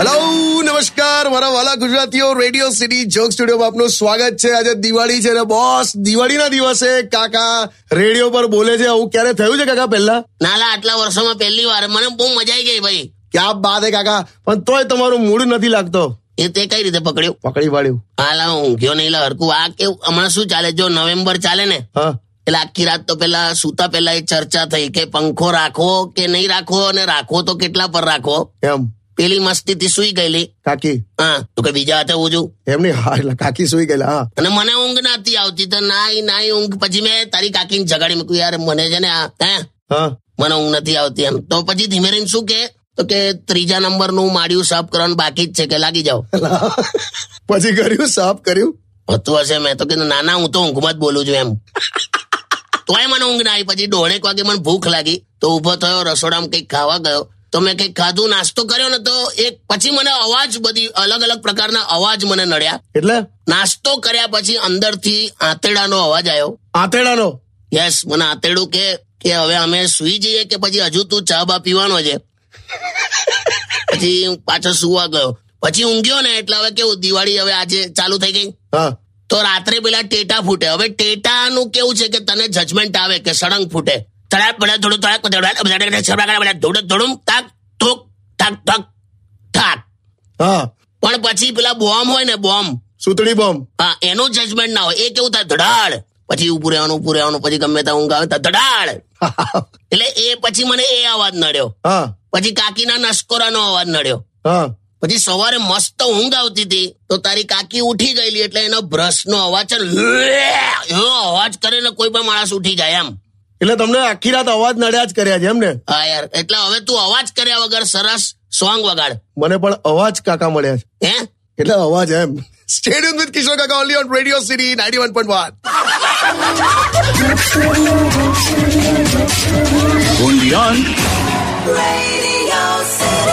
Hello નમસ્કાર મારા વાલા ગુજરાતીઓ રેડિયો સિટી જોક સ્ટુડિયો આપનું સ્વાગત છે આજે દિવાળી છે ને બોસ દિવાળીના દિવસે કાકા રેડિયો પર બોલે છે આવું ક્યારે થયું છે કાકા પહેલા નાલા આટલા વર્ષોમાં પહેલી વાર મને બહુ મજા આવી ગઈ ભાઈ ક્યાં બાત હે કાકા પણ તોય તમારું મૂડ નથી લાગતો એ તે કઈ રીતે પકડ્યું પકડી પાડ્યું હાલા હું ઊંઘ્યો નહીં લા હરકું આ કેવું હમણાં શું ચાલે જો નવેમ્બર ચાલે ને હા એટલે આખી રાત તો પેલા સૂતા પેલા એ ચર્ચા થઈ કે પંખો રાખવો કે નહીં રાખવો અને રાખવો તો કેટલા પર રાખવો એમ પેલી મસ્તીથી સૂઈ ગયેલી કાકી હા તો કે બીજા હાથે ઊજું એમની હા એટલે કાકી સુઈ ગયેલા હા અને મને ઊંઘ નથી આવતી તો નાઈ નાઈ ઊંઘ પછી મેં તારી કાકીને જગાડી મૂક્યું યાર મને છે ને આ હે હા મને ઊંઘ નથી આવતી એમ તો પછી ધીમે રહીને શું કે તો કે ત્રીજા નંબરનું માળિયું સાફ કરવાનું બાકી જ છે કે લાગી જાઓ લા. પછી કર્યું સાફ કર્યું હતું હશે મેં તો કીધું નાના હું તો ઊંઘમાં જ બોલું છું એમ તોય મને ઊંઘ ના આવી પછી દોઢેક વાગે મને ભૂખ લાગી તો ઊભો થયો રસોડામાં કંઈક ખાવા ગયો તો મેં કંઈક ખાધું નાસ્તો કર્યો ને તો એક પછી મને અવાજ બધી અલગ અલગ પ્રકારના અવાજ મને નડ્યા એટલે નાસ્તો કર્યા પછી અંદરથી આંતરડાનો અવાજ આવ્યો આંતેડાનો યસ મને આંતરડું કે કે હવે અમે સુઈ જઈએ કે પછી હજુ તું ચા બા પીવાનો છે પછી હું પાછો સુવા ગયો પછી ઊંઘ્યો ને એટલે હવે કેવું દિવાળી હવે આજે ચાલુ થઈ ગઈ હા તો રાત્રે પેલા ટેટા ફૂટે હવે ટેટાનું કેવું છે કે તને જજમેન્ટ આવે કે સળંગ ફૂટે તડાક બધા થોડું તડાક બધા થોડું, બધા બધા છબડા બધા ધોડું ધોડું તાક થોક ઠાક ઠાક ઠાક હા પણ પછી પેલા બોમ્બ હોય ને બોમ્બ સુતળી બોમ્બ હા એનું જજમેન્ટ ના હોય એ કેવું થાય ધડાડ પછી ઉભું રહેવાનું ઉભું રહેવાનું પછી ગમે ત્યાં ઊંઘ આવે ત્યાં ધડાડ એટલે એ પછી મને એ અવાજ નડ્યો હા પછી કાકીના નસકોરાનો અવાજ નડ્યો હા પછી સવારે મસ્ત ઊંઘ આવતી હતી તો તારી કાકી ઉઠી ગયેલી એટલે એનો બ્રશનો અવાજ છે ને, એવો અવાજ કરે ને કોઈ પણ માણસ ઉઠી જાય એમ એટલે તમને આખી રાત અવાજ નડ્યા જ કર્યા છે એમ ને હા યાર એટલે હવે તું અવાજ કર્યા વગર સરસ સોંગ વગાડ મને પણ અવાજ કાકા મળ્યા છે હે એટલે અવાજ એમ stadium with Kishor Kaka only on Radio City ninety one point one only on Radio City.